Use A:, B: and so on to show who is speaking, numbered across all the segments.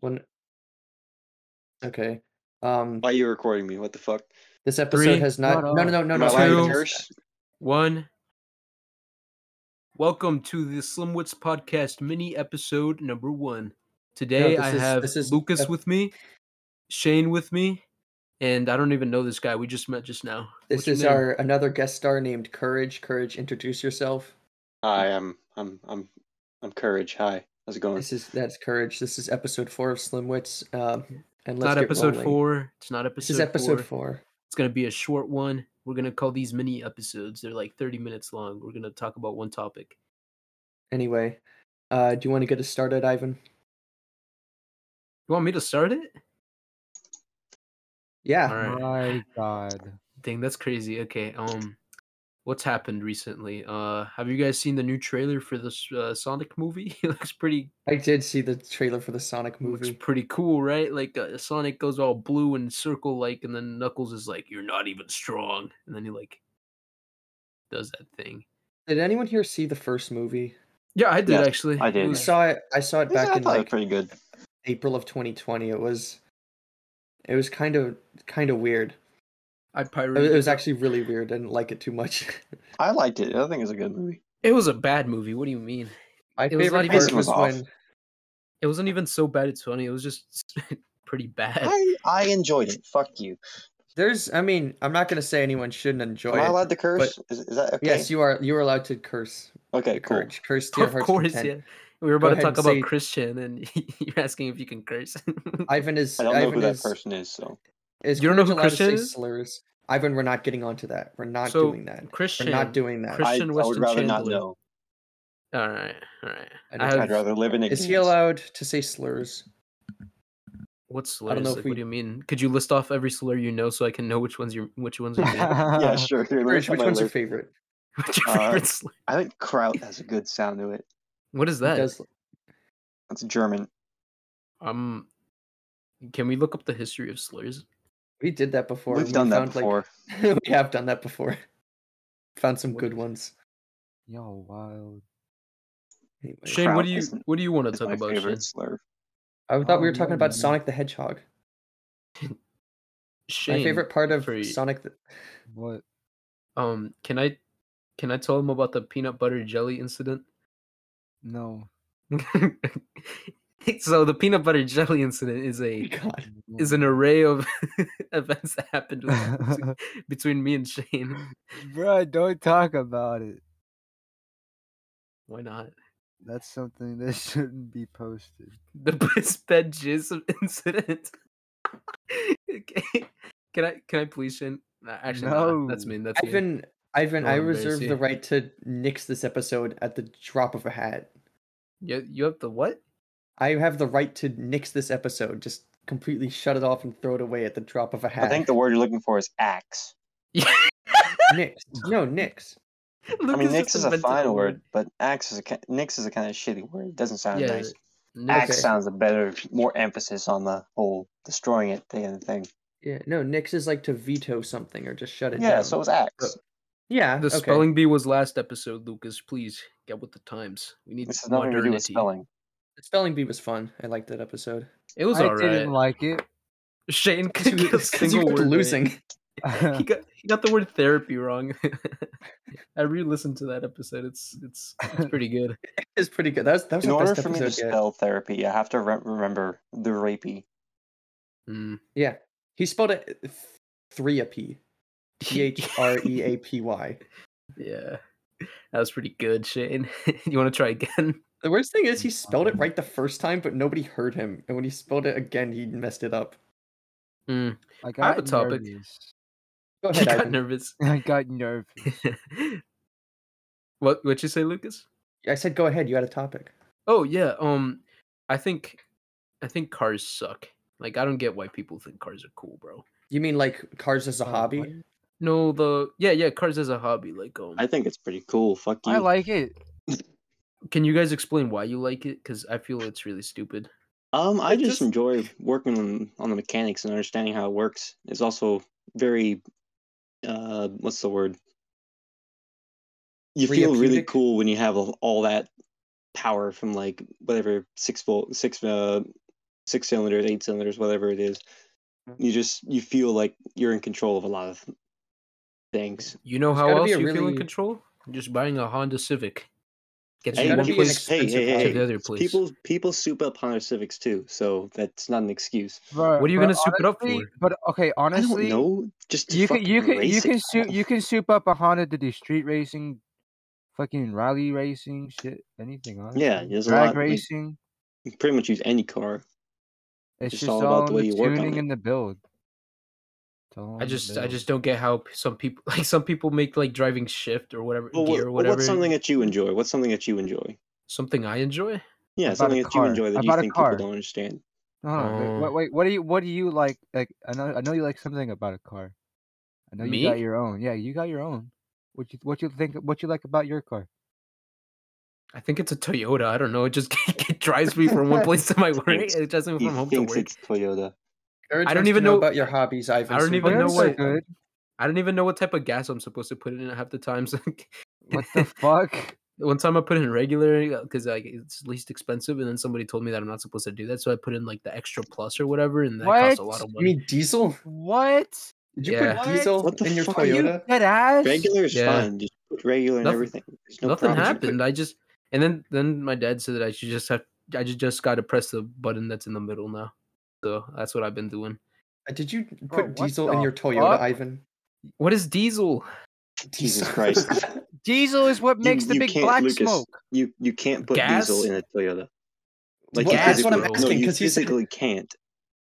A: When Okay. Um
B: Why are you recording me? What the fuck?
A: this episode
C: Three.
A: has not
C: No,
A: No no no
C: no.
A: no
B: Am
A: no.
B: I allowed to
A: no,
C: two.
A: just-
B: curse?
C: One. Welcome to the Slimwits Podcast mini episode number one. Today I
A: this is-
C: have
A: this is
C: Lucas
A: ep-
C: with me, Shane with me, and I don't even know this guy. We just met just now.
A: This
C: What's your
A: is
C: name?
A: our another guest star named Courage. Courage, introduce yourself.
B: Hi, I'm I'm I'm I'm Courage. Hi. How's it going?
A: This is that's Courage. This is episode four of Slimwits. Um, and
C: It's
A: let's
C: not
A: get
C: episode
A: rolling.
C: four. It's not episode.
A: This is episode
C: four.
A: four.
C: It's gonna be a short one. We're gonna call these mini episodes. They're like thirty minutes long. We're gonna talk about one topic.
A: Anyway, uh, do you want to get us started, Ivan?
C: You want me to start it?
A: Yeah.
C: All right.
D: My God.
C: Dang, that's crazy. Okay, um, what's happened recently? Uh, have you guys seen the new trailer for this uh, Sonic movie? it looks pretty,
A: I did see the trailer for the Sonic
C: looks
A: movie.
C: pretty cool, right? Like uh, Sonic goes all blue and circle like, and then Knuckles is like, "You're not even strong," and then he like does that thing.
A: Did anyone here see the first movie?
C: Yeah, I did
B: Yes,
C: actually.
B: I
C: It
B: did.
A: I
B: You
C: was-
A: saw it. I saw it
B: Yeah,
A: back
B: I
A: in
B: thought it was
A: like
B: pretty good.
A: April of 2020. It was, it was kind of kind of weird.
C: I
A: It
C: pirated.
A: it was actually really weird. I didn't like it too much.
B: I liked it. I think it's a good movie.
C: It was a bad movie. What do you mean?
A: My
C: It was
A: favorite
C: not even-
A: part
B: Pacing was
A: was
B: off.
A: when
C: It wasn't even so bad. It's funny. It was just pretty
A: Eh.
C: bad.
B: I I enjoyed it. Fuck you.
A: there's. I mean, I'm not gonna say anyone shouldn't enjoy
B: Am I
A: it.
B: allowed to curse? Is, is that okay?
A: Yes, you are. You are allowed to curse.
B: okay,
A: the
B: cool.
A: courage. Curse to your
C: Of
A: heart's
C: course,
A: content.
C: yeah. We were
A: Go
C: about to
A: ahead and
C: talk about
A: say-
C: Christian, and you're asking if you can curse.
A: Ivan is.
B: I don't know
A: Ivan
B: who that
A: is,
B: person is, so
A: is.
C: You don't know
A: Courage
C: who
A: allowed to say
C: Christian is?
A: Slurs. Ivan, we're not getting onto that. We're not
C: So,
A: doing that.
C: Christian,
A: We're not doing that.
C: Christian-
B: I, I would
C: Weston
B: rather not
C: Chandler.
B: know.
C: All right, all right.
A: I
C: I
A: don't-
C: have,
B: I'd rather live in ignorance.
A: Is he allowed to say slurs?
C: What's slurs?
A: I don't know if
C: Like,
A: we-
C: What do you mean? Could you list off every slur you know so I can know which ones you which ones are
A: Uh,
C: your
B: Yeah,
D: yeah,
B: sure. Here, let me
A: Courage,
B: put
A: which
B: my
A: one's your
B: list.
A: favorite?
C: what's your
B: Uh,
C: favorite slur?
B: I think kraut has a good sound to it.
C: What is
A: He
C: that?
A: does-
B: That's German.
C: Um, can we look up the history of slurs?
A: we did that before.
B: We've
A: We
B: done that
A: found, like-
B: before.
A: we have done that before. Found some
C: What
A: good
C: is-
A: ones.
D: Yo, wild.
A: Anyway.
C: Shane, what
B: Kraut
C: do you
B: isn't-
C: what do you want to
B: It's
C: talk
B: my
C: about?
B: favorite
C: Shane?
B: slur.
A: I thought we were
D: Oh,
A: talking
D: no,
A: about
D: no.
A: Sonic the Hedgehog.
C: Shane,
A: My favorite part of
C: for-
A: Sonic. The...
D: What?
C: Um, can I can I tell him about the peanut butter jelly incident?
D: No.
C: so the peanut butter jelly incident is a
A: God.
C: is an array of events that happened with- between me and Shane.
D: Bro, don't talk about it.
C: Why not?
D: That's something that shouldn't be posted.
C: The bed jizz incident. okay. Can I can I please Shane? Nah, Actually, no. that's
D: No.
C: mean. That's mean.
A: Ivan, Ivan,
C: No,
A: I
C: I'm
A: reserve the
C: embarrassed.
A: right to nix this episode at the drop of a hat.
C: You, you have the what?
A: I have the right to nix this episode. Just completely shut it off and throw it away at the drop of a hat.
B: I think the word you're looking for is axe.
A: nix. No, nix.
B: I
C: Lucas
B: mean,
C: just
B: nix is a
C: invented
B: fine
C: the
B: word, but axe is a ki- nix is a kind of shitty word. It doesn't sound
C: Yeah,
B: nice.
C: Nick-
B: Axe sounds a better, more emphasis on the whole destroying it thing and thing.
A: Yeah, no, nix is like to veto something or just shut it
B: Yeah,
A: down.
B: so it's axe.
A: yeah,
C: The
A: okay.
C: spelling bee was last episode, Lucas. Please get with the times. We need
B: This has nothing to do with
C: modernity.
B: spelling.
A: The spelling bee was fun. I liked that episode.
C: It was
D: I
C: alright.
D: didn't like it.
C: Shane
A: Because
C: could
A: you,
C: get a
A: 'cause you
C: single
A: kept
C: word right.
A: losing.
C: he got he got the word therapy wrong. I re-listened to that episode. It's it's, it's pretty good.
A: It's pretty good. That was, that was
B: In
A: the
B: order
A: best
B: for me to
A: episode yet.
B: spell therapy, I have to re- remember the rapey.
C: Mm.
A: Yeah, he spelled it uh, three a p. T H R E A P Y.
C: yeah, that was pretty good, Shane. you want to try again?
A: The worst thing is he spelled it right the first time, but nobody heard him. And when he spelled it again, he messed it up.
C: Mm. I
D: I
C: have
D: got
C: a topic.
D: nervous.
A: Go
C: You
A: ahead,
C: got
A: Ivan.
C: nervous.
D: I got nervous.
C: what what you say, Lucas?
A: I said go ahead. You had a topic.
C: Oh yeah. Um, I think I think cars suck. Like I don't get why people think cars are cool, bro.
A: You mean like cars as a
D: Oh,
A: hobby?
D: what?
C: No, the yeah yeah cars as a hobby. Like um,
B: I think it's pretty cool. Fuck you.
D: I like it.
C: can you guys explain why you like it? Because I feel it's really stupid.
B: Um, I
A: It
B: just
A: just-
B: enjoy working on, on the mechanics and understanding how it works. It's also very, uh, what's the word? You feel really
A: Therapeutic?
B: cool when you have all all that power from like whatever six volt, six uh, six cylinders, eight cylinders, whatever it is.
D: Mm-hmm.
B: You just you feel like you're in control of a lot of things.
C: You know how
A: gotta
C: else
A: be
C: you
A: a
C: feel in
A: really-
C: control? Just buying a Honda Civic. Gets
A: It's
B: Hey,
C: you
A: gotta
C: one
A: be an
C: place
A: expensive
B: hey, hey,
A: car.
C: to
B: hey.
C: the other place.
B: People people soup up Honda Civics too, so that's not an excuse.
D: Bro,
C: What are you
D: but
C: gonna soup it up
D: honestly-
C: for?
D: But okay, honestly,
B: I don't know. Just to
D: you can you
B: fucking
D: can you
B: race
D: can
B: it.
D: soup you can soup up a Honda to do street racing, fucking rally racing, shit, anything. Honestly.
B: Yeah, there's a
D: drag
B: lot, like,
D: racing.
B: You can pretty much use any car.
D: it's
B: just
D: just all,
B: all about
D: in
B: the way
D: the
B: you work on
D: tuning
B: it.
D: and the build. It's all in
C: I
D: the
C: just I
D: build.
C: just don't get how p- some people like some people make like driving shift or whatever
B: Well,
C: gear or
B: what,
C: whatever
B: what's something that you enjoy? What's something that you enjoy?
C: something I enjoy.
B: Yeah,
D: I bought a
B: something that you
D: car.
B: enjoy
D: I
B: that you
D: bought a
B: think
D: car.
B: people don't understand.
D: No, no, Uh-huh, wait,
C: Oh.
D: what- wait, what do you what do you like? Like I know I know you like something about a car. I know you got
C: Me?
D: your own. Yeah, you got your own. What you what you think what you like about your car?
C: I think it's a Toyota. I don't know. It just it drives me from one place to my work. It drives me
B: He
C: from home to
B: thinks
C: work.
B: it's Toyota.
A: Urge
C: I don't
A: us to
C: even know-
A: about your hobbies, Ivan.
C: I don't
A: so we
C: even
A: can
D: Toyotas
C: know
D: are
A: consult
C: what-
A: them.
D: good.
C: I don't even know what type of gas I'm supposed to put in it half the times.
D: What the fuck?
C: one time I put in regular because like it's least expensive, and then somebody told me that I'm not supposed to do that, so I put in like the extra plus or whatever, and that costs a
D: What?
C: lot of
A: You
C: money.
A: mean diesel?
D: What?
A: Did you
C: Yeah.
A: put
D: What?
A: diesel
B: What the
A: in your
B: fuck
D: Are you
A: Toyota?
D: dead ass?
B: Regular is
C: Yeah.
B: fine. Just put regular and
C: Nothing-
B: everything. There's no
C: Nothing
B: problem. Just put-
C: happened. I just and then then my dad said that I should just have I ju- just got to press the button that's in the middle now. So that's what I've been doing.
A: Uh, Did you put
D: Bro, what
A: diesel
D: the
A: in your Toyota,
D: fuck?
A: Ivan?
C: What is diesel?
A: Diesel.
B: Jesus Christ.
D: Diesel is what
B: You-
D: makes the
B: you
D: big
B: can't,
D: black
B: Lucas.
D: smoke.
B: you you can't put
C: Gas?
B: diesel in a Toyota.
A: Well,
B: you
C: that's what I'm
B: physically-
A: asking,
B: No, you
A: 'cause he said-
B: physically can't.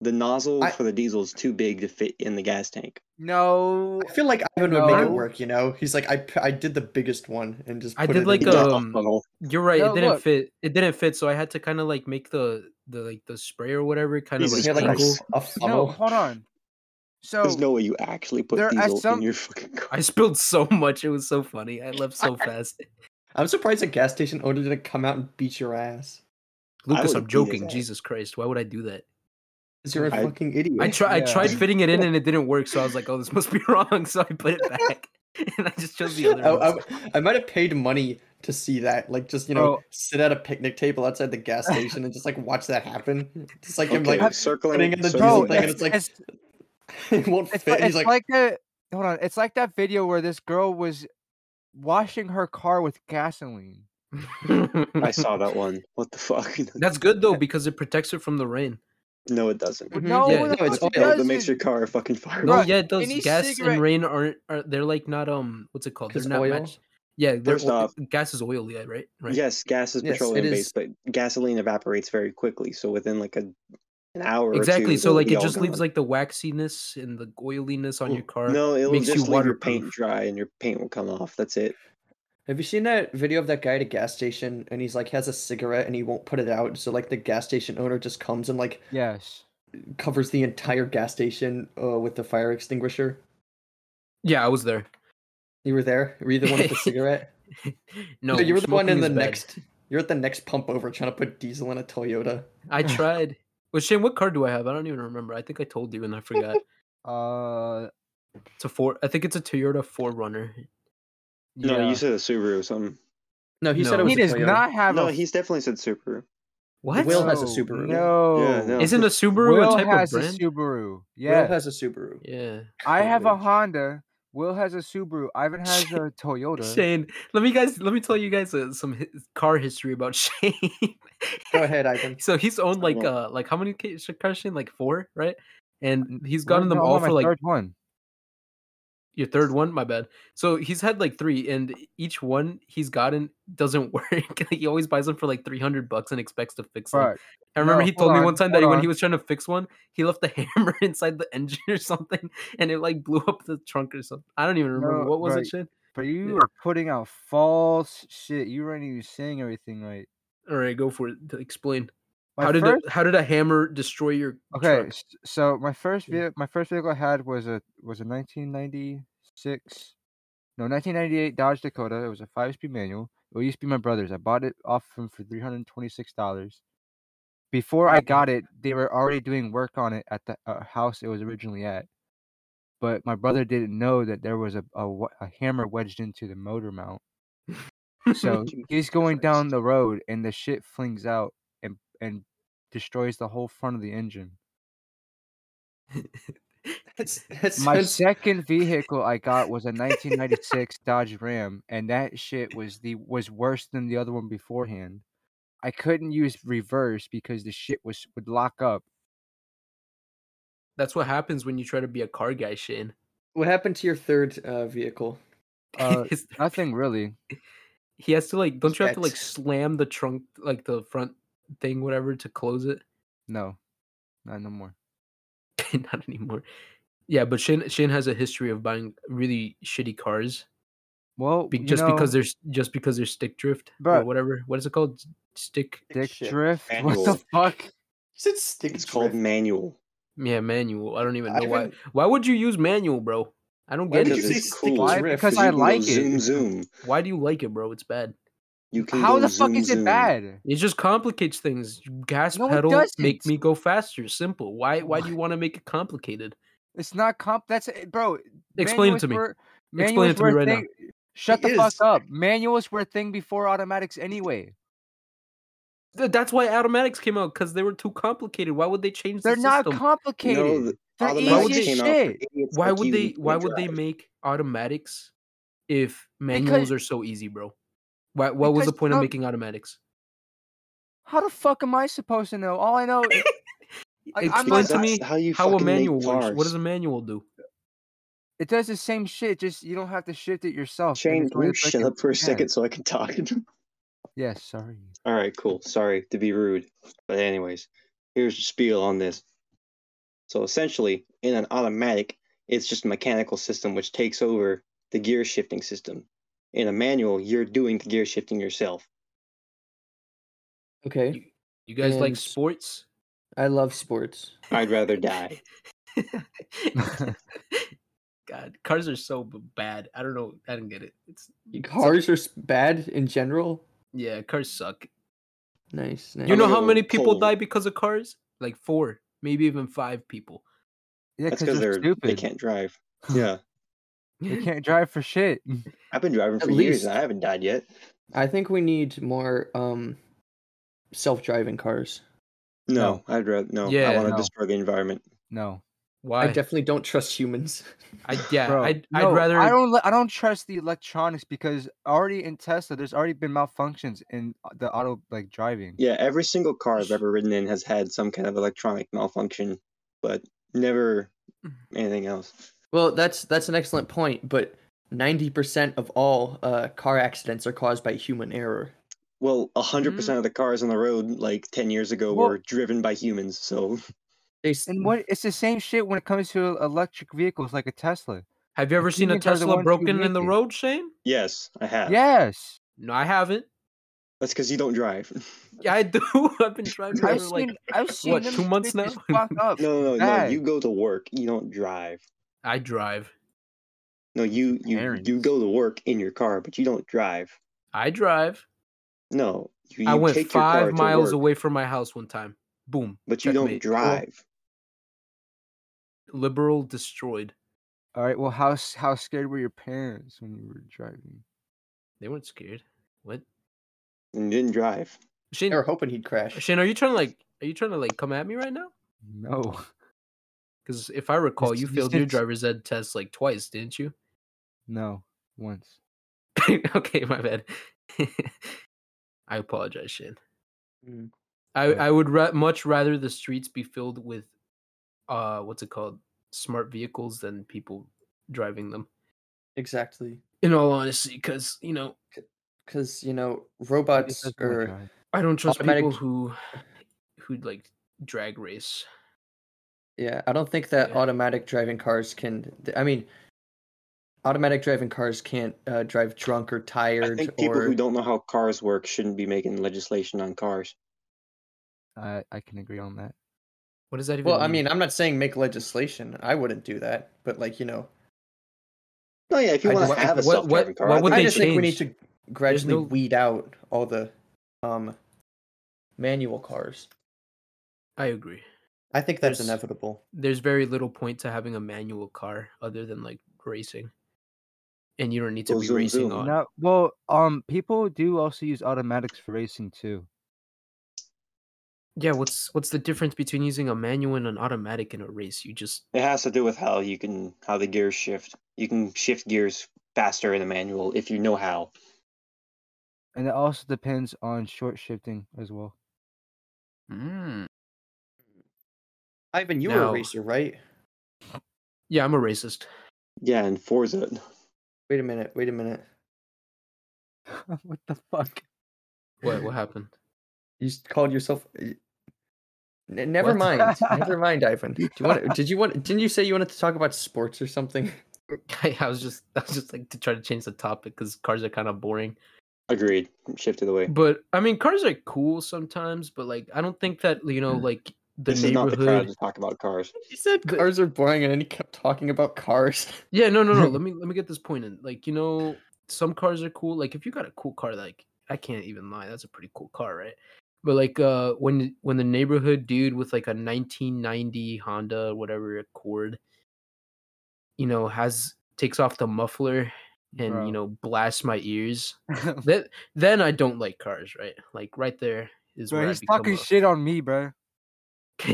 B: The nozzle
A: I-
B: for the diesel is too big to fit in the gas tank.
D: No.
A: I feel like Ivan would make
D: No.
A: it work, you know? He's like, I, p- I did the biggest one and just
C: I
A: put
C: did
A: it in
C: like
A: the-
C: a- Um,
B: Funnel.
C: You're right.
D: No,
C: it didn't
D: look.
C: fit. It didn't fit, so I had to kind of like make the the like the spray or whatever kind of
A: He
C: like
B: Jesus
A: had like a,
C: angle.
A: s- a
D: No,
A: funnel.
D: hold on. So
B: There's no way you actually put
D: there are
B: diesel
D: some-
B: in your fucking car.
C: I spilled so much. It was so funny. I left so fast.
A: I'm surprised a gas station owner didn't come out and beat your ass.
B: would've
C: Lucas, I'm
B: beat his
C: joking.
B: ass.
C: Jesus Christ, why would I do that?
A: 'Cause you're a
B: I-
A: fucking idiot.
C: I tried. I
D: Yeah.
C: tried fitting it in, and it didn't work. So I was like, "Oh, this must be wrong." So I put it back, and I just chose the other.
A: I,
C: ones.
A: I- I might have paid money to see that. Like, just, you know,
D: Bro.
A: sit at a picnic table outside the gas station and just, like, watch that happen. Just like him,
B: Okay,
A: like,
B: circling,
A: putting in the diesel
B: circling
D: bro,
A: thing, and
B: back.
A: it's like,
D: it's,
A: it won't
D: it's,
A: fit.
D: like-
A: and He's like,
D: it's like the hold on. It's like that video where this girl was washing her car with gasoline.
B: I saw that one. What the fuck?
C: That's good though because it protects it from the rain.
B: No, it doesn't.
A: Mhm.
D: No,
C: Yeah,
D: the
A: no, it's
D: fuck it
A: oil
B: Oh, That
A: that
D: doesn't.
B: makes your car a fucking fire.
C: No,
D: Right.
C: yeah, it does.
D: Any
C: Gas
D: cigarette-
C: and rain aren't are they're like not um what's it called? They're
A: 'Cause
C: not
A: oil?
C: matched. Yeah, they're,
B: First
C: oil-
B: off-
C: gas is oil. Yeah, right. Right.
B: Yes, gas is
A: Yes, it
B: petroleum based,
A: is.
B: but gasoline evaporates very quickly. So within like a, an hour, or
C: Exactly.
B: two,
C: So
B: it'll
C: like
B: be
C: it
B: all
C: just leaves
B: gone.
C: like the waxiness and the oiliness on your car.
B: No, it'll
C: makes
B: just
C: you
B: leave your paint
C: waterproof.
B: dry and your paint will come off. That's it.
A: Have you seen that video of that guy at a gas station and he's like has a cigarette and he won't put it out, so like the gas station owner just comes and like
D: Yes.
A: covers the entire gas station uh, with the fire extinguisher.
C: Yeah, I was there.
A: You were there. Were you the one with the cigarette?
C: no,
A: you were the one in
C: smoking is
A: the
C: bad.
A: next. You're at the next pump over trying to put diesel in a Toyota.
C: I tried. Well, Shane, what car do I have? I don't even remember. I think I told you and I forgot.
D: Uh.
C: It's a four. I think it's a Toyota Forerunner.
D: Yeah.
B: No, you said a Subaru or something.
A: No, he said
C: No.
A: it was
D: he
A: a
D: does
A: Toyota.
D: not have
B: No,
D: a.
B: he's definitely said Subaru.
C: What?
A: Will has a
D: No,
A: Subaru.
D: No.
B: no.
C: Isn't a Subaru
D: Will
C: a type
D: has
C: of
D: a
C: brand?
D: Subaru.
A: Will
D: Yeah.
A: has a Subaru.
C: yeah.
D: I have a
A: Subaru.
D: Honda. Will has a Subaru. Ivan has a Toyota.
C: Shane, let me guys let me tell you guys uh, some hi- car history about Shane.
A: Go
D: Oh,
A: ahead, Ivan.
C: so he's owned like
B: Well-
C: uh like how many ca- sh- cars Shane? Like four, right? And he's
D: Wait,
C: gotten them
D: no, I'm
C: all
D: on my
C: for like
D: third one.
C: your third one. My bad. So he's had like three, and each one he's gotten doesn't work. Like, he always buys them for like three hundred bucks and expects to fix them.
D: Fuck.
C: I remember
D: No,
C: he
D: hold
C: told me one
D: on,
C: time that
D: hold
C: when
D: on.
C: he was trying to fix one, he left the hammer inside the engine or something, and it like blew up the trunk or something. I don't even remember
D: No,
C: what was
D: right.
C: it, Shane.
D: But you are putting out false shit. You weren't even saying everything right.
C: All right, go for it. T- Explain
D: My
C: how did
D: first,
C: a, how did a hammer destroy your
D: okay.
C: Truck?
D: s- So my first
C: Yeah.
D: vehicle, my first vehicle I had was a was a 1996, no 1998 Dodge Dakota. It was a five speed manual. It used to be my brother's. I bought it off him for 326 dollars. Before I got it, they were already doing work on it at the uh, house it was originally at. But my brother didn't know that there was a, a, wa- a hammer wedged into the motor mount. So
B: Jesus
D: he's going down
B: Christ.
D: the road and the shit flings out and and destroys the whole front of the engine.
A: That's, that
D: My
A: sounds-
D: second vehicle I got was a 1996 Dodge Ram, and that shit was the was worse than the other one beforehand. I couldn't use reverse because the shit was would lock up.
C: That's what happens when you try to be a car guy, Shane.
A: What happened to your third uh, vehicle?
D: Uh,
C: His-
D: Nothing really.
C: He has to like. Don't you have to like
A: Specs.
C: slam the trunk, like the front thing, whatever, to close it?
D: No, not no more.
C: Not anymore. Yeah, but Shane Shane has a history of buying really shitty cars
D: Well,
C: be-
D: you
C: just because
D: know,
C: there's just because there's stick drift or
D: Bruh.
C: whatever. What is it called? S- Stick.
D: Dick
A: Shit.
D: Drift. What
B: Manual.
D: the fuck?
A: Is it stick
B: It's called
A: drift?
B: manual.
C: Yeah, manual. I don't even
A: I
C: know why.
A: even-
C: Why would you use manual, bro? I don't
A: Why
C: get
A: did
C: it.
A: you
B: Because
A: say
B: it's
A: stick
B: cool.
D: Why?
A: drift?
D: Because
B: You
D: I
B: can go
D: like
B: Zoom,
D: it.
B: zoom.
C: Why do you like it, bro? It's bad.
B: You can
D: How
B: go
D: the fuck
B: zoom,
D: is
B: zoom.
D: it bad?
C: It just complicates things. Gas
D: No, it
C: pedal make
D: doesn't.
C: me go faster. Simple. Why? Why do you want to make it complicated?
D: It's not comp. That's it, bro.
C: Explain it
D: manuals
C: to me.
D: were-
C: Explain
D: manuals
C: it to me
D: were
C: right now.
D: thing- Shut the
A: It
D: fuck
A: is.
D: up. Manuals were a thing before automatics anyway.
C: Th- That's why automatics came out because they were too complicated. Why would they change?
D: They're
C: the
D: not
C: system?
D: complicated.
B: No, the
D: They're
B: automatics
C: easy
B: came
C: as
B: out for
D: shit.
B: idiots
C: Why
B: like
C: would
B: you
C: they?
B: who
C: Why
B: can't
C: would they
B: drive.
C: make automatics if manuals are so easy, bro? Why? What was the
D: because
C: point of
D: some-
C: making automatics?
D: How the fuck am I supposed to know? All I know. Like,
C: Explain
D: I'm not,
B: Because
C: to me
B: that's how, you
C: how a
B: fucking make
C: manual works. What
B: cars.
C: does a manual do?
D: it does the same shit. Just you don't have to shift it yourself. and
B: Shane,
D: it's
B: will
D: only
B: you
D: the
B: shut
D: freaking-
B: up for a
D: yeah.
B: second so I can talk?
D: Yes, sorry.
B: All right, cool. Sorry to be rude. But, anyways, here's the spiel on this. So, essentially, in an automatic, it's just a mechanical system which takes over the gear shifting system. In a manual, you're doing the gear shifting yourself.
A: Okay,
D: Eh?
C: You, you guys like
A: And-
C: sports?
A: I love sports.
B: I'd rather die.
C: God, cars are so b- bad. I don't know. I don't get it. It's it's-
A: Cars are s- bad in general.
C: Yeah, cars suck.
A: Nice, nice.
C: You know
B: gonna
C: how
B: go
C: many people
B: cold.
C: die because of cars? Like four, maybe even five people.
D: Yeah,
B: That's
D: because
B: because
D: they're,
B: they're
D: stupid.
B: they can't drive. Yeah,
D: They can't drive for shit. Mm,
B: I've been driving
A: At
B: for years
A: least.
B: and I haven't died yet.
A: I think we need more um, self-driving cars.
B: No, I'd rather no. I
C: Yeah,
B: want to
D: no.
B: destroy the environment.
D: No,
C: Why?
A: I definitely don't trust humans.
C: I, yeah,
D: bro.
C: I'd,
D: no,
C: I'd rather.
D: I don't. li- I don't trust the electronics because already in Tesla, there's already been malfunctions in uh, the auto like driving.
B: Yeah, every single car I've ever ridden in has had some kind of electronic malfunction, but never
C: Mm-hmm.
B: anything else.
A: Well, that's that's an excellent point, but 90% of all uh, car accidents are caused by human error.
B: Well, a hundred
C: Mm.
B: percent of the cars on the road like ten years ago
D: Well-
B: were driven by humans. So
A: They s-
D: And what? It's the same shit when it comes to electric vehicles like a Tesla.
C: Have you ever seen a
D: humans are the
C: Tesla
D: ones who
C: broken in the
D: make it.
C: road, Shane?
B: yes, I have.
D: Yes.
C: No, I haven't.
B: that's because you don't drive.
C: Yeah, I do. I've been driving
D: I've
C: for like.
D: seen, I've seen
C: what,
D: them
C: two months
D: bitches
C: now?
D: Fuck up.
B: No, no, no, no.
D: Bad.
B: You go to work. You don't drive.
C: I drive.
B: No, you you you
D: Errands.
B: go to work in your car, but you don't drive.
C: I drive.
B: No, you,
C: I
B: you
C: went
B: take your car
C: five
B: to
C: miles
B: work,
C: away from my house one time. Boom.
B: but you don't
C: Checkmate.
B: drive.
C: Liberal destroyed.
D: All right. Well, how s- how scared were your parents when you were driving?
C: They weren't scared. What?
B: And you didn't drive.
C: Shane,
A: they were hoping he'd crash.
C: Shane, are you trying to like? Are you trying to like come at me right now?
D: No.
C: Because if I recall, you
D: you
C: failed your
D: said-
C: driver's ed test like twice, didn't you?
D: No. Once.
C: okay, my bad. I apologize, Shane.
A: Mm.
C: I,
D: Okay.
C: I would ra- much rather the streets be filled with, uh, what's it called, smart vehicles than people driving them.
A: Exactly.
C: In all honesty, because you know
A: Because, you know,
D: I
A: robots
D: guess that's my
A: are.
D: drive.
C: I don't trust
A: Automatic-
C: people who, who like drag race.
A: Yeah, I don't think that
C: Yeah.
A: automatic driving cars can. th- I mean, automatic driving cars can't uh, drive drunk or tired
B: I think people
A: or.
B: who don't know how cars work shouldn't be making legislation on cars.
D: I I can agree on that.
C: What does that even?
A: well, I mean, I'm not saying make legislation. I wouldn't do that. But, like, you know,
B: No, Oh, yeah, if you
A: I
B: want
A: just
B: to
A: think-
B: have a
C: what- what-
B: self-driving car,
C: what
B: I
C: would
B: think
A: I
C: they
B: you
A: just
B: should-
A: think we need
C: change?
A: to gradually
C: no-
A: weed out all the um, manual cars.
C: I agree.
A: I think that's
C: There's-
A: inevitable.
C: there's very little point to having a manual car other than like racing. And you don't need to
B: Well,
C: be
B: zoom,
C: racing
B: zoom.
C: on.
D: No. Well, um, people do also use automatics for racing too.
C: Yeah, what's what's the difference between using a manual and an automatic in a race? You just
B: It has to do with how you can how the gears shift. You can shift gears faster in the manual if you know how.
D: And it also depends on short shifting as well.
C: mm.
A: Ivan, you were a
C: No.
A: racer, right?
C: Yeah, I'm a racist.
B: Yeah, and Forza.
A: Wait a minute. Wait a minute.
D: what the fuck?
C: What what happened?
A: You s- called yourself. y- N- never mind. never mind, Ivan. Do you want? Did you want? Didn't you say you wanted to talk about sports or something?
C: I, was just I was just like to try to change the topic because cars are kind of boring.
B: Agreed. Shifted away.
C: But I mean, cars are cool sometimes, but like I don't think that you know like the
B: Mm. this is not the crowd
C: neighborhood.
B: to talk about cars.
A: He said
C: The-
A: cars are boring, and then he kept talking about cars.
C: Yeah, no, no, no. let me let me get this point in. Like you know, some cars are cool. Like if you got a cool car, like I can't even lie, that's a pretty cool car, right? But like uh when when the neighborhood dude with like a 1990 Honda whatever Accord, you know, has takes off the muffler and
D: Bro.
C: you know blasts my ears. that then I don't like cars, right? Like right there is
D: bro,
C: where
D: he's
C: I become
D: talking
C: a-
D: shit on me, bro.
C: I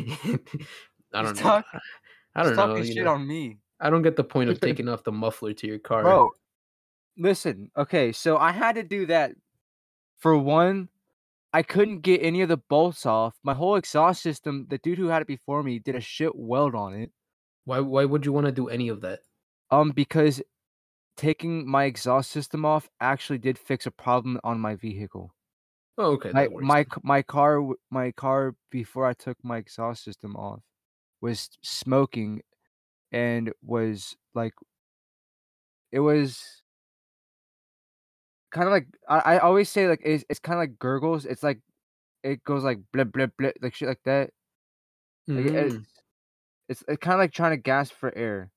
C: don't know.
D: He's talk-
C: I don't
D: he's
C: know.
D: talking
C: you
D: shit
C: know.
D: on me.
C: I don't get the point of taking off the muffler to your car.
D: Bro, listen. Okay, so I had to do that. For one, I couldn't get any of the bolts off. My whole exhaust system, the dude who had it before me did a shit weld on it.
C: Why? Why would you want to do any of that?
D: Um, because taking my exhaust system off actually did fix a problem on my vehicle.
C: Oh, okay.
D: My
C: that works
D: my
C: then.
D: c- my car w- my car before I took my exhaust system off was smoking and was like it was kind of like I, I always say like it's, it's kind of like gurgles it's like it goes like blip blip blip like shit like that like, it-
C: Mm.
D: it's, it's kind of like trying to gasp for air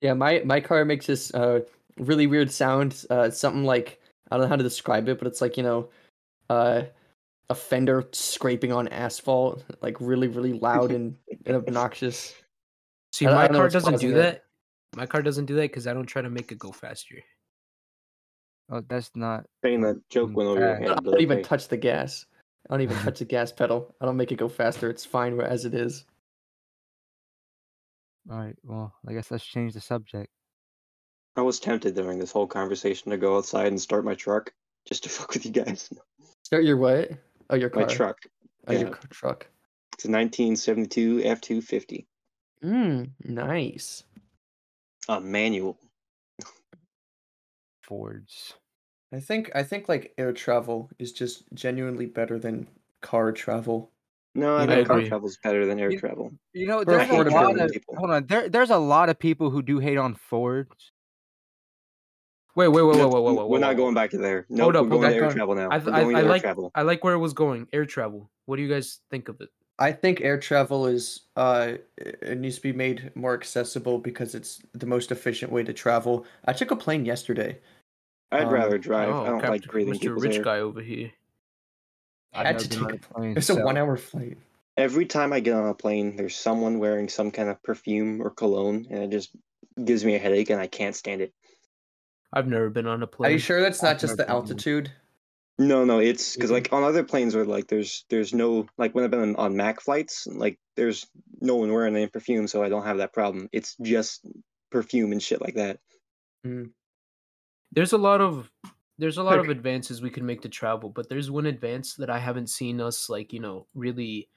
A: Yeah, my my car makes this uh really weird sound. Uh, it's something like I don't know how to describe it, but it's like you know, uh, a fender scraping on asphalt, like really really loud and, and obnoxious.
C: See,
A: I don't- I
C: my
A: don't know
C: car
A: what's
C: doesn't
A: causing
C: do
A: it.
C: that. My car doesn't do that because I don't try to make it go faster.
D: oh that's not
B: Saying that joke went over your
D: Okay.
A: I
B: head.
A: don't
B: But
A: even
B: okay.
A: touch the gas. I don't even touch the gas pedal. I don't make it go faster. It's fine where- as it is.
D: all right well i guess let's change the subject
B: I was tempted during this whole conversation to go outside and start my truck just to fuck with you guys.
A: Start your what? Oh, your
B: My
A: car.
B: truck.
A: Oh, your
B: yeah.
A: car, truck.
B: It's a 1972 F250.
A: Mm, nice.
B: A manual.
D: fords
A: I think I think like air travel is just genuinely better than car travel.
B: No, I
A: Yeah,
C: I
B: think car
C: agree.
B: travel's better than air
D: You-
B: travel.
D: you know
A: For
D: there's a
A: affordability,
D: lot of,
B: people.
D: hold on there, there's a lot of people who do hate on fords
C: Wait, wait, wait, wait,
B: No,
C: wait, wait,
B: we're
C: wait. whoa,
B: not
C: whoa.
B: going back to there. No,
C: Hold up,
B: we're
C: hold
B: going to
C: back
B: air
C: on.
B: travel now.
C: I,
B: we're
C: I,
B: going to
C: I
B: air
C: like.
B: travel.
C: I like where it was going. Air travel. What do you guys think of it?
A: I think air travel is uh it it needs to be made more accessible because it's the most efficient way to travel. I took a plane yesterday. um,
B: I'd rather drive.
C: oh,
B: I don't like
C: Captain-
B: breathing
C: Mr.
B: people's
C: Rich
B: air.
C: Guy over here.
A: I had to
D: never been on
A: take.
D: a plane,
A: It's a
D: so-
A: one-hour flight.
B: Every time I get on a plane, there's someone wearing some kind of perfume or cologne, and it just gives me a headache, and I can't stand it.
C: I've never been on a
A: Are
C: plane.
A: you sure that's not
D: I've
A: just
D: never
A: the
D: been on one.
A: altitude?
B: No, no, it's
C: Mm-hmm.
B: because
A: Mhm.
B: like on other planes where like there's there's no like when I've been on, on Mac flights, like there's no one wearing any perfume, so I don't have that problem. It's just perfume and shit like that.
C: there's a lot of there's a lot of
A: Okay.
C: advances we could make to travel but there's one advance that i haven't seen us like you know really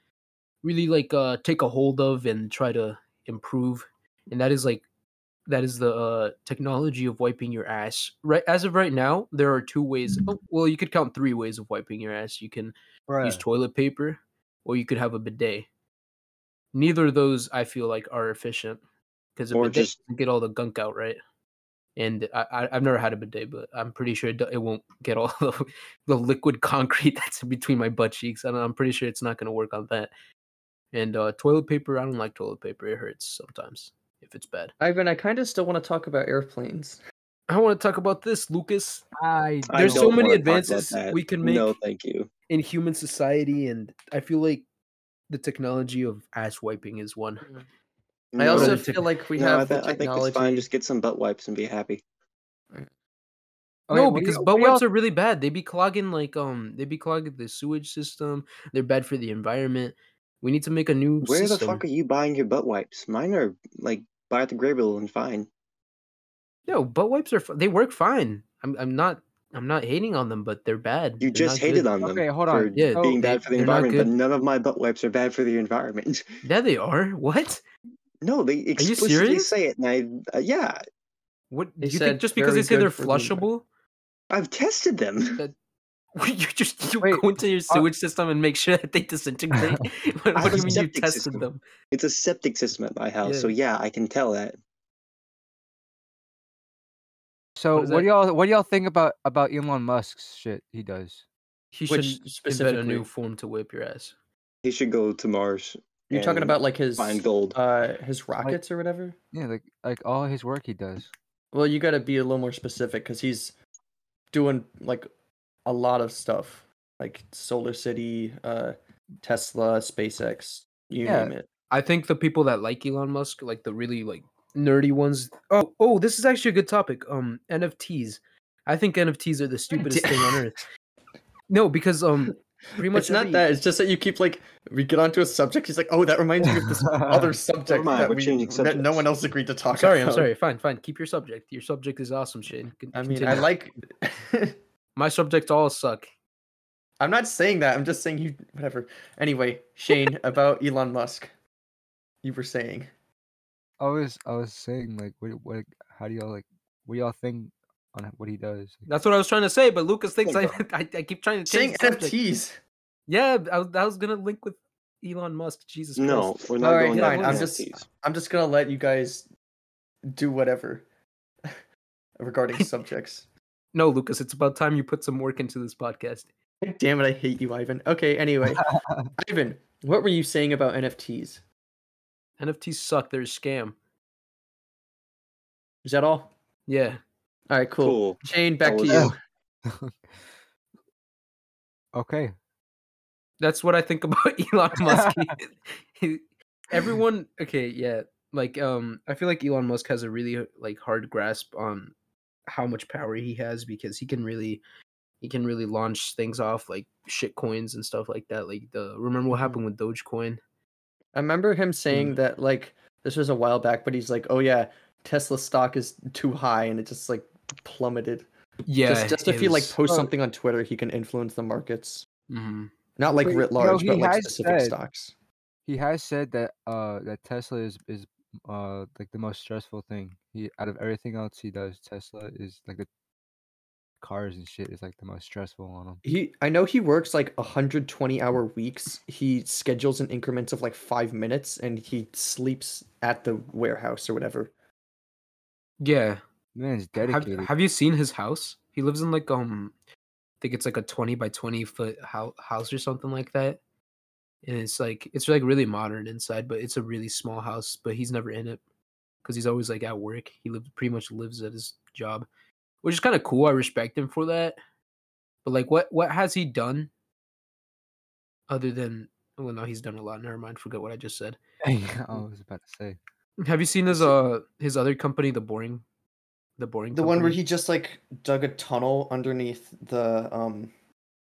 C: really like uh take a hold of and try to improve and that is like that is the uh, technology of wiping your ass right as of right now there are two ways
B: Mm-hmm.
C: oh, well you could count three ways of wiping your ass you can use
D: Bruh.
C: toilet paper or you could have a bidet neither of those i feel like are efficient because a
B: Or
C: bidet
B: just-
C: doesn't get all the gunk out right and I, I, i've never had a bidet but i'm pretty sure it, do- it won't get all the, the liquid concrete that's in between my butt cheeks and i'm pretty sure it's not going to work on that and uh, toilet paper i don't like toilet paper it hurts sometimes if it's bad
A: Ivan, I kind of still want to talk about airplanes.
C: i want to talk about this lucas
D: I
B: I
C: There's
B: don't
C: so many
B: wanna talk about
C: advances
B: that.
C: we can make.
B: No, thank you.
C: in human society and i feel like the technology of ass wiping is one
A: I
B: No,
A: also
C: tech-
A: feel like we
B: no, I,
A: have
B: th-
A: the
B: I think it's fine.
A: technology.
B: Just get some butt wipes and be happy.
C: no,
D: well,
C: because
D: yeah,
C: butt
D: we
C: wipes
D: all-
C: are really bad. They be clogging like um, they be clogging the sewage system. They're bad for the environment. We need to make a new
B: Where
C: system.
B: the fuck are you buying your butt wipes? Mine are like biodegradable and fine.
C: No, butt wipes are f- they work fine. I'm I'm not I'm not hating on them, but they're bad.
B: You
C: They're
B: just
C: not
B: hated
C: good.
B: on them
D: Okay, hold
B: for
D: on.
C: Yeah,
B: being
D: Oh,
B: bad for the
C: they're not
B: environment, but
C: good.
B: none of my butt wipes are bad for the environment.
C: Yeah, they are. What?
B: No, they explicitly
C: serious?
B: say it, and I uh, yeah,
C: What?
A: They
C: Do you think
A: said
C: just because
A: very
C: they say
A: good
C: they're
A: for the environment.
C: flushable,
B: I've tested them.
C: you just you
D: Wait,
C: go into
A: uh
C: your sewage system and make sure that they disintegrate? what
B: I
C: what
B: have a
C: do you mean you
B: septic
C: tested
B: system.
C: them?
B: It's a septic system at my house,
C: Yeah.
B: so yeah, I can tell that.
D: So
C: What
D: what,
C: is
D: do
C: that?
D: y'all what do y'all think about about Elon Musk's shit he does?
C: He
A: Which
C: should invent a
A: specifically?
C: new form to whip your ass.
B: He should go to Mars,
A: You're talking
B: and
A: about like his
B: find gold.
A: uh his rockets or whatever.
D: Yeah, like like all his work he does.
A: Well, you got to be a little more specific because he's doing like a lot of stuff, like Solar City, uh, Tesla, SpaceX, you
D: Yeah.
A: name it.
C: I think the people that like Elon Musk, like the really like nerdy ones. Oh, oh, this is actually a good topic. Um, NFTs. I think NFTs are the stupidest thing on earth. No, because um, pretty much
A: It's not
C: every-
A: that. It's just that you keep like we get onto a subject. He's like, oh, that reminds me of this other subject
B: mind,
A: that,
B: we're
A: we,
B: changing
A: that no
B: subjects.
A: one else agreed to talk.
C: Sorry, I'm
A: about."
C: sorry. Fine, fine. Keep your subject. Your subject is awesome, Shane. Con-
A: I mean, I
C: continue.
A: like.
C: my subjects all suck.
A: I'm not saying that. I'm just saying you. Whatever. Anyway, Shane, about Elon Musk, you were saying.
D: I was I was saying like what what how do y'all like what do y'all think on what he does?
C: That's what I was trying to say, but Lucas thinks I
B: Think
C: I, I keep trying to
A: Saying
C: change the subject.
A: NFTs.
C: Yeah, I, was- I was gonna link with Elon Musk. Jesus Christ.
B: No, we're not
A: All right,
B: going
C: fine,
B: down
C: I'm
B: NFTs.
A: just- I'm just gonna let you guys do whatever regarding subjects.
C: no, Lucas. It's about time you put some work into this podcast.
A: Damn it, I hate you, Ivan. Okay, anyway, Ivan, what were you saying about NFTs?
C: NFTs suck. They're a scam.
A: Is that all?
C: Yeah.
A: All right, cool.
B: cool.
A: Shane,
B: That
A: back to
B: was-
A: you.
D: okay.
C: That's what I think about Elon Musk. He- he- Everyone, okay, yeah. Like, um, I feel like Elon Musk has a really like hard grasp on how much power he has because he can really, he can really launch things off like shit coins and stuff like that. Like the remember
A: Mm-hmm.
C: what happened with Dogecoin?
A: I remember him saying that like this was a while back, but he's like, "Oh yeah, Tesla stock is too high," and it just like plummeted.
C: Yeah,
A: just, just if he like posts
D: Oh.
A: something on Twitter, he can influence the markets.
C: hmm
A: Not like
D: But,
A: writ
D: you know,
A: large,
D: he
A: but like
D: has
A: specific
D: said-
A: stocks.
D: He has said that uh that Tesla is is uh like the most stressful thing. He out of everything else he does, Tesla is like the cars and shit is like the most stressful on him.
A: He, I know he works like 120 hour weeks. He schedules in increments of like five minutes, and he sleeps at the warehouse or whatever.
C: Yeah.
D: Man is
C: Have,
D: dedicated.
C: have you seen his house? He lives in like um, I think it's like a twenty by twenty foot hou- house or something like that. And it's like it's like really modern inside, but it's a really small house. But he's never in it because he's always like at work. He lives pretty much lives at his job, which is kind of cool. I respect him for that. But like, what what has he done other than? Well, no, he's done a lot. Never mind. Forget what I just said.
D: I was about to say.
C: Have you seen his uh his other company, the Boring, the Boring?
A: The one where
C: Company?
A: he just like dug a tunnel underneath the um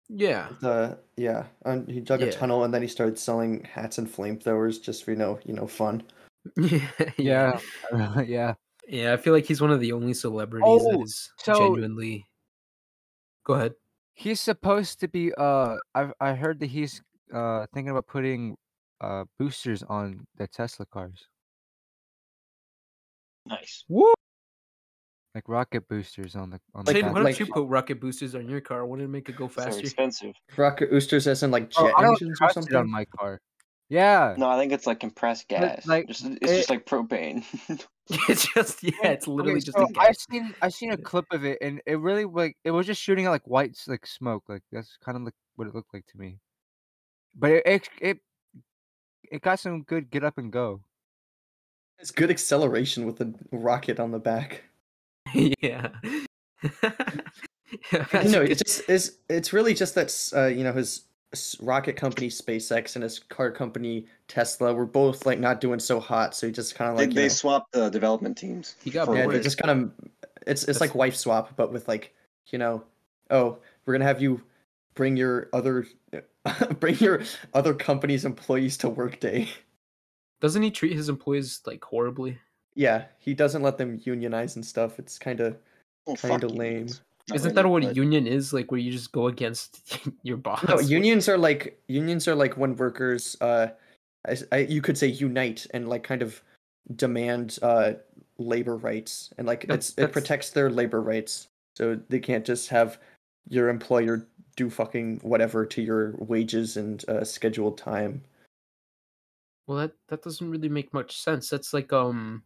C: yeah
A: the yeah, and he dug
C: Yeah.
A: a tunnel and then he started selling hats and flamethrowers just for you know you know fun.
C: yeah
D: Yeah.
A: uh,
D: yeah.
C: Yeah, I feel like he's one of the only celebrities
D: Oh,
C: that is
D: so-
C: genuinely. Go ahead.
D: He's supposed to be uh I've I heard that he's uh thinking about putting uh boosters on the Tesla cars.
B: Nice.
D: Like rocket boosters on the on
A: Like-
D: the
C: Shane,
D: back.
C: why don't
A: like-
C: you put rocket boosters on your car? Wouldn't it make it go
B: They're
C: faster?
B: expensive.
A: Rocket oosters as in like
D: Oh,
A: jet
D: I don't
A: engines or
D: trust it
A: something.
D: on my car. Yeah.
B: No, I think it's like compressed
D: But,
B: gas.
D: like,
B: just, it's
D: it-
B: just like propane.
C: it's just yeah, it's
D: Okay,
C: literally just
D: so
C: a
D: I
C: gas.
D: seen I seen a clip of it and it really like it was just shooting out like white s- like smoke like that's kind of like what it looked like to me. But it it it, it got some good get up and go.
A: It's good acceleration with the rocket on the back.
C: yeah.
A: no, it's just it's it's really just that s- uh, you know his s- rocket company SpaceX and his car company Tesla were both like not doing so hot, so he just kind of
B: they
A: like you
B: they
A: know,
B: swapped the development teams.
C: He got
B: for
A: yeah,
C: bored.
A: they
B: work.
A: just kind of it's it's
C: That's-
A: like wife swap, but with like you know, oh, we're gonna have you bring your other bring your other company's employees to work day.
C: Doesn't he treat his employees like horribly?
A: Yeah, he doesn't let them unionize and stuff. It's kind of
B: Oh,
A: Kinda
B: fuck you,
A: lame.
B: it's not
C: Isn't
B: really,
C: that what a
B: but-
C: union is? Like where you just go against your boss?
A: no unions are like unions are like when workers uh, I, I, you could say unite and like kind of demand uh labor rights and like
C: That's-
A: it's it
C: that's-
A: protects their labor rights, so they can't just have your employer do fucking whatever to your wages and uh, scheduled time.
C: Well, that that doesn't really make much sense. That's like um,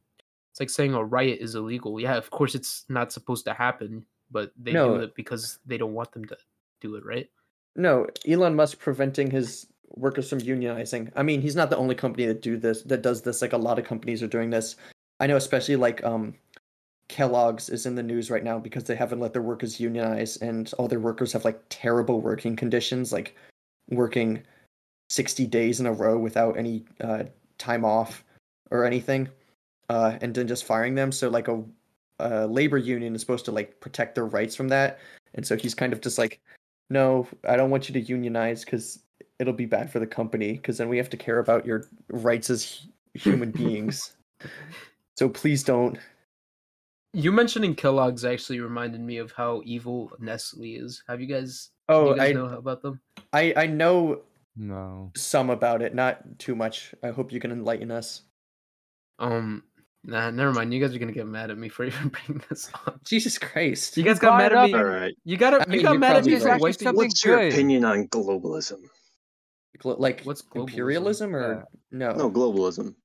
C: it's like saying a riot is illegal. Yeah, of course it's not supposed to happen, but they
A: No.
C: do it because they don't want them to do it, right?
A: No, Elon Musk preventing his workers from unionizing. I mean, he's not the only company that do this that does this. Like a lot of companies are doing this. I know, especially like um, Kellogg's is in the news right now because they haven't let their workers unionize, and all their workers have like terrible working conditions, like working sixty days in a row without any uh, time off or anything, uh, and then just firing them. So like a, a labor union is supposed to like protect their rights from that, and so he's kind of just like no, I don't want you to unionize because it'll be bad for the company because then we have to care about your rights as hu- human beings. So please don't.
C: You mentioning Kellogg's actually reminded me of how evil Nestle is. Have you guys? do
A: Oh,
C: you guys
A: I,
C: know about them.
A: I I know
D: No.
A: some about it, not too much. I hope you can enlighten us.
C: Um, nah, never mind. You guys are gonna get mad at me for even bringing this up.
A: Jesus Christ.
C: You guys got
D: brought
C: mad
D: it
C: at
D: up
C: me.
D: and-
B: All right.
C: You got
A: I mean,
C: you got
A: you're
C: mad at
A: probably
C: me for
A: right.
C: wiping.
D: Something
B: What's your
D: good.
B: opinion on globalism?
A: Glo- like
C: What's globalism?
A: imperialism or no?
B: No, globalism.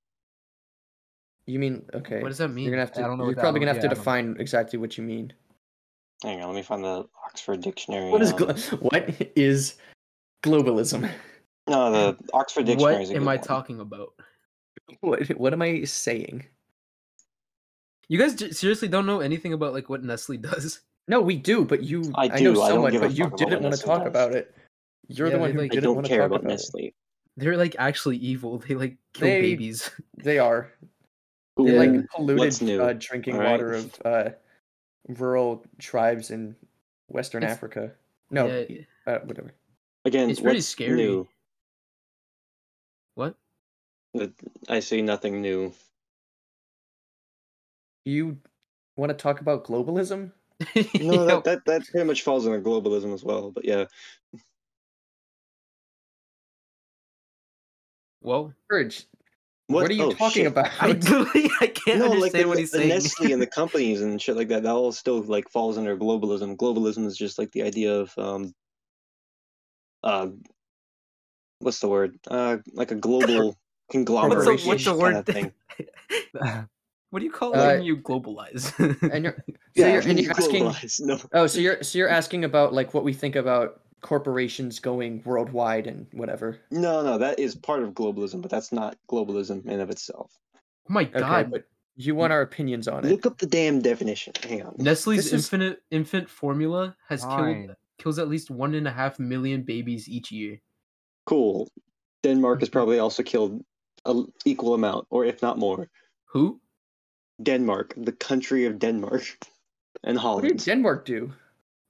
A: You mean okay?
C: What does that
A: You're
C: mean?
A: gonna have
D: I
A: to.
D: don't know
A: You're
D: what that-
A: probably gonna
D: yeah,
A: have to
D: I don't know.
A: define exactly what you mean.
B: Hang on, let me find the Oxford Dictionary.
A: What is
B: um,
A: glo- what is globalism?
B: No, the Oxford Dictionary is
C: What
B: a
C: am
B: good
C: I
B: one.
C: talking about?
A: What what am I saying?
C: You guys j- seriously don't know anything about like what Nestle does.
A: No, we do, but you.
B: I
A: know
B: do, I
A: so
B: don't
A: much,
B: give a
A: but you
B: fuck about
A: didn't want
B: what
A: to
B: Nestle
A: talk
B: does.
A: about it. You're
C: Yeah,
A: the one
C: they,
A: who
C: like-
B: I
A: didn't
B: don't
A: want to
B: care
A: talk
B: about
A: about
B: Nestle.
C: They're like actually evil. They like kill
A: They-
C: babies.
A: it. They are.
B: Who
A: They
B: knew?
A: like
B: What's
A: polluted
B: new?
A: uh, drinking
B: All right.
A: water of uh, rural tribes in Western
C: It's-
A: Africa. No,
C: Yeah,
A: uh, whatever.
B: Again,
C: it's pretty
B: what's
C: scary.
B: new?
C: What?
B: I see nothing new.
A: You want to talk about globalism?
B: No,
C: Yeah,
B: that, that that pretty much falls under globalism as well. But yeah,
C: well,
A: Urge. What, are you
B: oh,
A: talking
B: shit.
A: about?
C: I literally I can't
B: No,
C: understand
B: like the,
C: what he's
B: the
C: saying.
B: Nestle and the companies and shit like that. That all still like falls under globalism. Globalism is just like the idea of um, uh, what's the word? Uh, like a global
C: what's the,
B: conglomeration
C: what's the
B: kind
C: word?
B: of thing.
C: what do you call
A: Uh,
C: it when you globalize?
A: and you're, so you're, and you're asking.
B: globalized, No.
A: Oh, so you're so you're asking about like what we think about corporations going worldwide and whatever.
B: No, no, that is part of globalism, but that's not globalism in of itself.
C: oh my
A: Okay,
C: god.
A: but you want our opinions on it.
B: Look up the damn definition. Hang on.
C: Nestle's
A: this is-
C: infinite infant formula has
D: Fine.
C: killed kills at least one and a half million babies each year.
B: Cool. Denmark
C: Mm-hmm.
B: has probably also killed an equal amount, or if not more.
C: Who?
B: Denmark, the country of Denmark, and
A: What did
B: Holland.
A: Denmark do?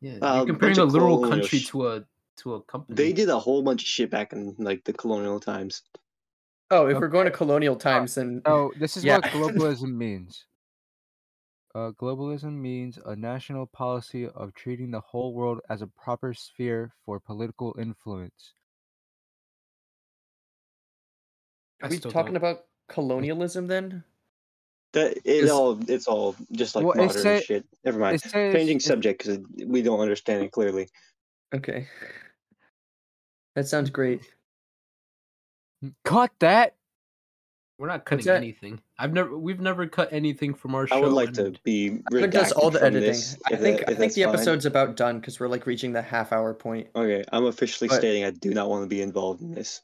C: Yeah,
B: Uh,
C: you're
B: bunch
C: comparing a
B: of
C: literal
B: colonial
C: country
B: sh-
C: to a to a
D: Mhm.
C: company.
B: They did a whole bunch of shit back in like the colonial times.
A: Oh, if we're going to colonial times, then
C: oh,
D: No, Oh, this is
A: Yeah.
D: what globalism means. Uh, globalism means a national policy of treating the whole world as a proper sphere for political influence.
C: I
A: are we
C: still
A: talking
C: don't-
A: about colonialism then?
B: That it
C: Is-
B: all it's all just like
D: Well, it
B: modern
D: say-
B: shit. Never
D: It
B: mind.
D: says,
B: Changing
D: it-
B: subject because we don't understand it clearly.
A: Okay, that sounds great.
D: Cut that.
C: We're not cutting
A: that?
C: anything. I've never we've never cut anything from our show.
B: I would like to
C: and-
B: be
A: But
B: redacted
A: does all the
B: from
A: editing.
B: this,
A: I
B: if
A: think
B: that-
A: I think
B: if that's
A: the
B: fine.
A: episode's about done because we're like reaching the half hour point.
B: Okay, I'm officially
A: But-
B: stating I do not want to be involved in this.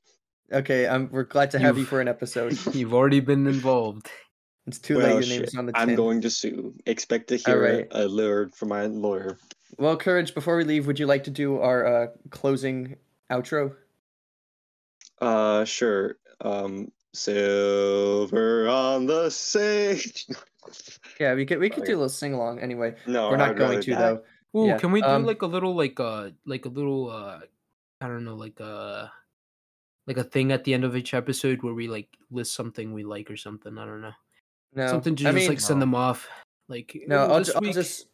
A: Okay, um, we're glad to have you
C: You've-
A: for an episode.
C: You've already been involved.
A: It's too
B: Well,
A: late. Your
B: shit,
A: name's on the
B: I'm
A: tin.
B: going to sue. Expect to hear
A: right.
B: a lawyer from my lawyer.
A: Well, courage. Before we leave, would you like to do our uh, closing outro?
B: Uh, sure. Um, silver on the sage.
A: Yeah, we could we could do
B: Okay.
C: Oh,
A: a little sing along anyway.
B: no,
A: we're not
B: Oh, I'd
A: going
B: rather
A: to
B: die.
A: though.
C: Ooh,
A: Yeah,
C: can we do
A: um,
C: like a little like uh like a little uh I don't know like uh like a thing at the end of each episode where we like list something we like or something. I don't know.
A: No,
C: Something to
A: I
C: just
A: mean,
C: like send
D: No.
C: them off. Like
A: no.
C: "Ooh,
A: I'll,
C: this
A: ju- I'll
C: week-
A: just.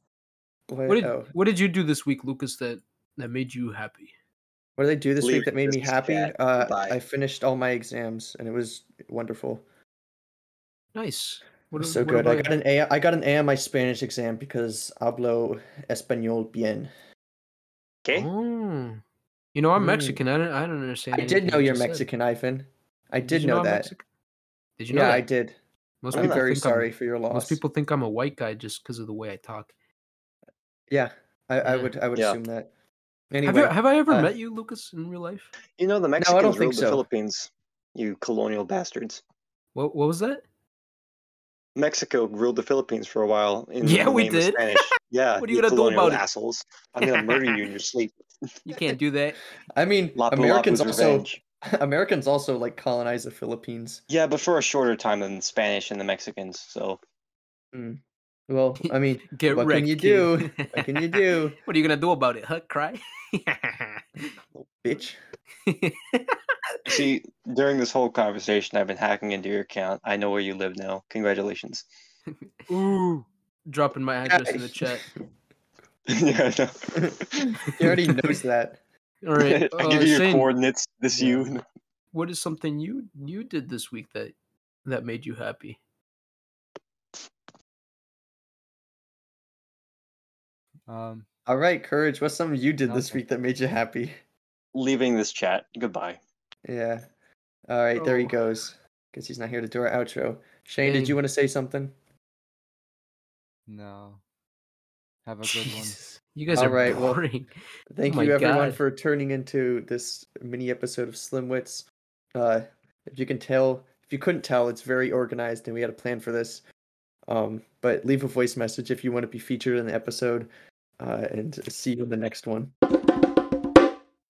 A: What,
C: what did
A: oh,
C: what did you do this week, Lucas? That that made you happy?
A: what did I do this
B: Leave
A: week that made me
B: this
A: happy?
B: chat.
A: Uh,
B: Bye.
A: I finished all my exams and it was wonderful.
C: Nice.
A: It
C: What,
A: was
C: a-
A: so
C: what
A: good. I
C: about
A: got an A. I got an A on my Spanish exam because hablo español bien.
B: Okay.
C: Oh. You know, I'm
A: Mm.
C: Mexican. I don't, I don't understand.
A: I did
C: anything
A: know
C: you
A: you're
C: just said.
A: Mexican, Ivan. I did,
C: you
A: know,
C: I'm
A: that.
C: Mexican? Did you know
A: yeah,
C: that?
A: I did.
C: Most
A: I'm
B: people
A: very
C: think I'm-
A: sorry for your loss.
C: Most people think I'm a white guy just because of the way I talk.
A: Yeah, I, I
C: Yeah.
A: would. I would
B: Yeah.
A: assume that.
C: Have,
A: Anyway,
C: you, have I ever
A: uh,
C: met you, Lucas, in real life?
B: You know the
A: don't
B: Mexicans
A: think
B: ruled the
A: so.
B: Philippines. You colonial bastards.
C: What What was that?
B: Mexico ruled the Philippines for a while. In
C: Yeah,
B: the
C: we
B: name of
C: did.
B: Spanish. Yeah.
C: What are you gonna do
B: colonial
C: about it?
B: assholes. I'm gonna murder you in your sleep.
C: You can't do that.
A: I mean,
B: Lapu
A: Americans
B: Lapu's
A: also
B: revenge.
A: Americans also like colonize the Philippines.
B: Yeah, but for a shorter time than the Spanish and the Mexicans. So
A: Well, I mean,
C: Get
A: What can
C: wrecked.
A: you
C: kid.
A: do? what can you do,
C: what are you gonna do about it? Huh? Cry?
A: bitch?
B: see, during this whole conversation, I've been hacking into your account. I know where you live now. Congratulations.
C: Ooh. Dropping my address in the chat.
B: yeah, I know.
A: He already knows that.
C: All right.
B: I
C: uh,
B: give you your
C: Shane,
B: coordinates. This
C: Yeah.
B: you.
C: what is something you you did this week that that made you happy?
D: Um,
A: All right, courage. What's something you did this
D: Nothing.
A: week that made you happy?
B: Leaving this chat. Goodbye.
A: Yeah. All right, there he
C: Oh.
A: goes. Because he's not here to do our outro. Shane, did
C: Dang.
A: you want to say something?
D: no. Have a good one.
C: Jesus. You guys
A: All
C: are
A: right, well,
C: boring.
A: Thank
C: Oh my
A: you, everyone,
C: God.
A: for turning into this mini episode of Slim Wits. Uh, if you can tell, if you couldn't tell, it's very organized, and we had a plan for this. Um, but leave a voice message if you want to be featured in the episode, uh, and see you in the next one.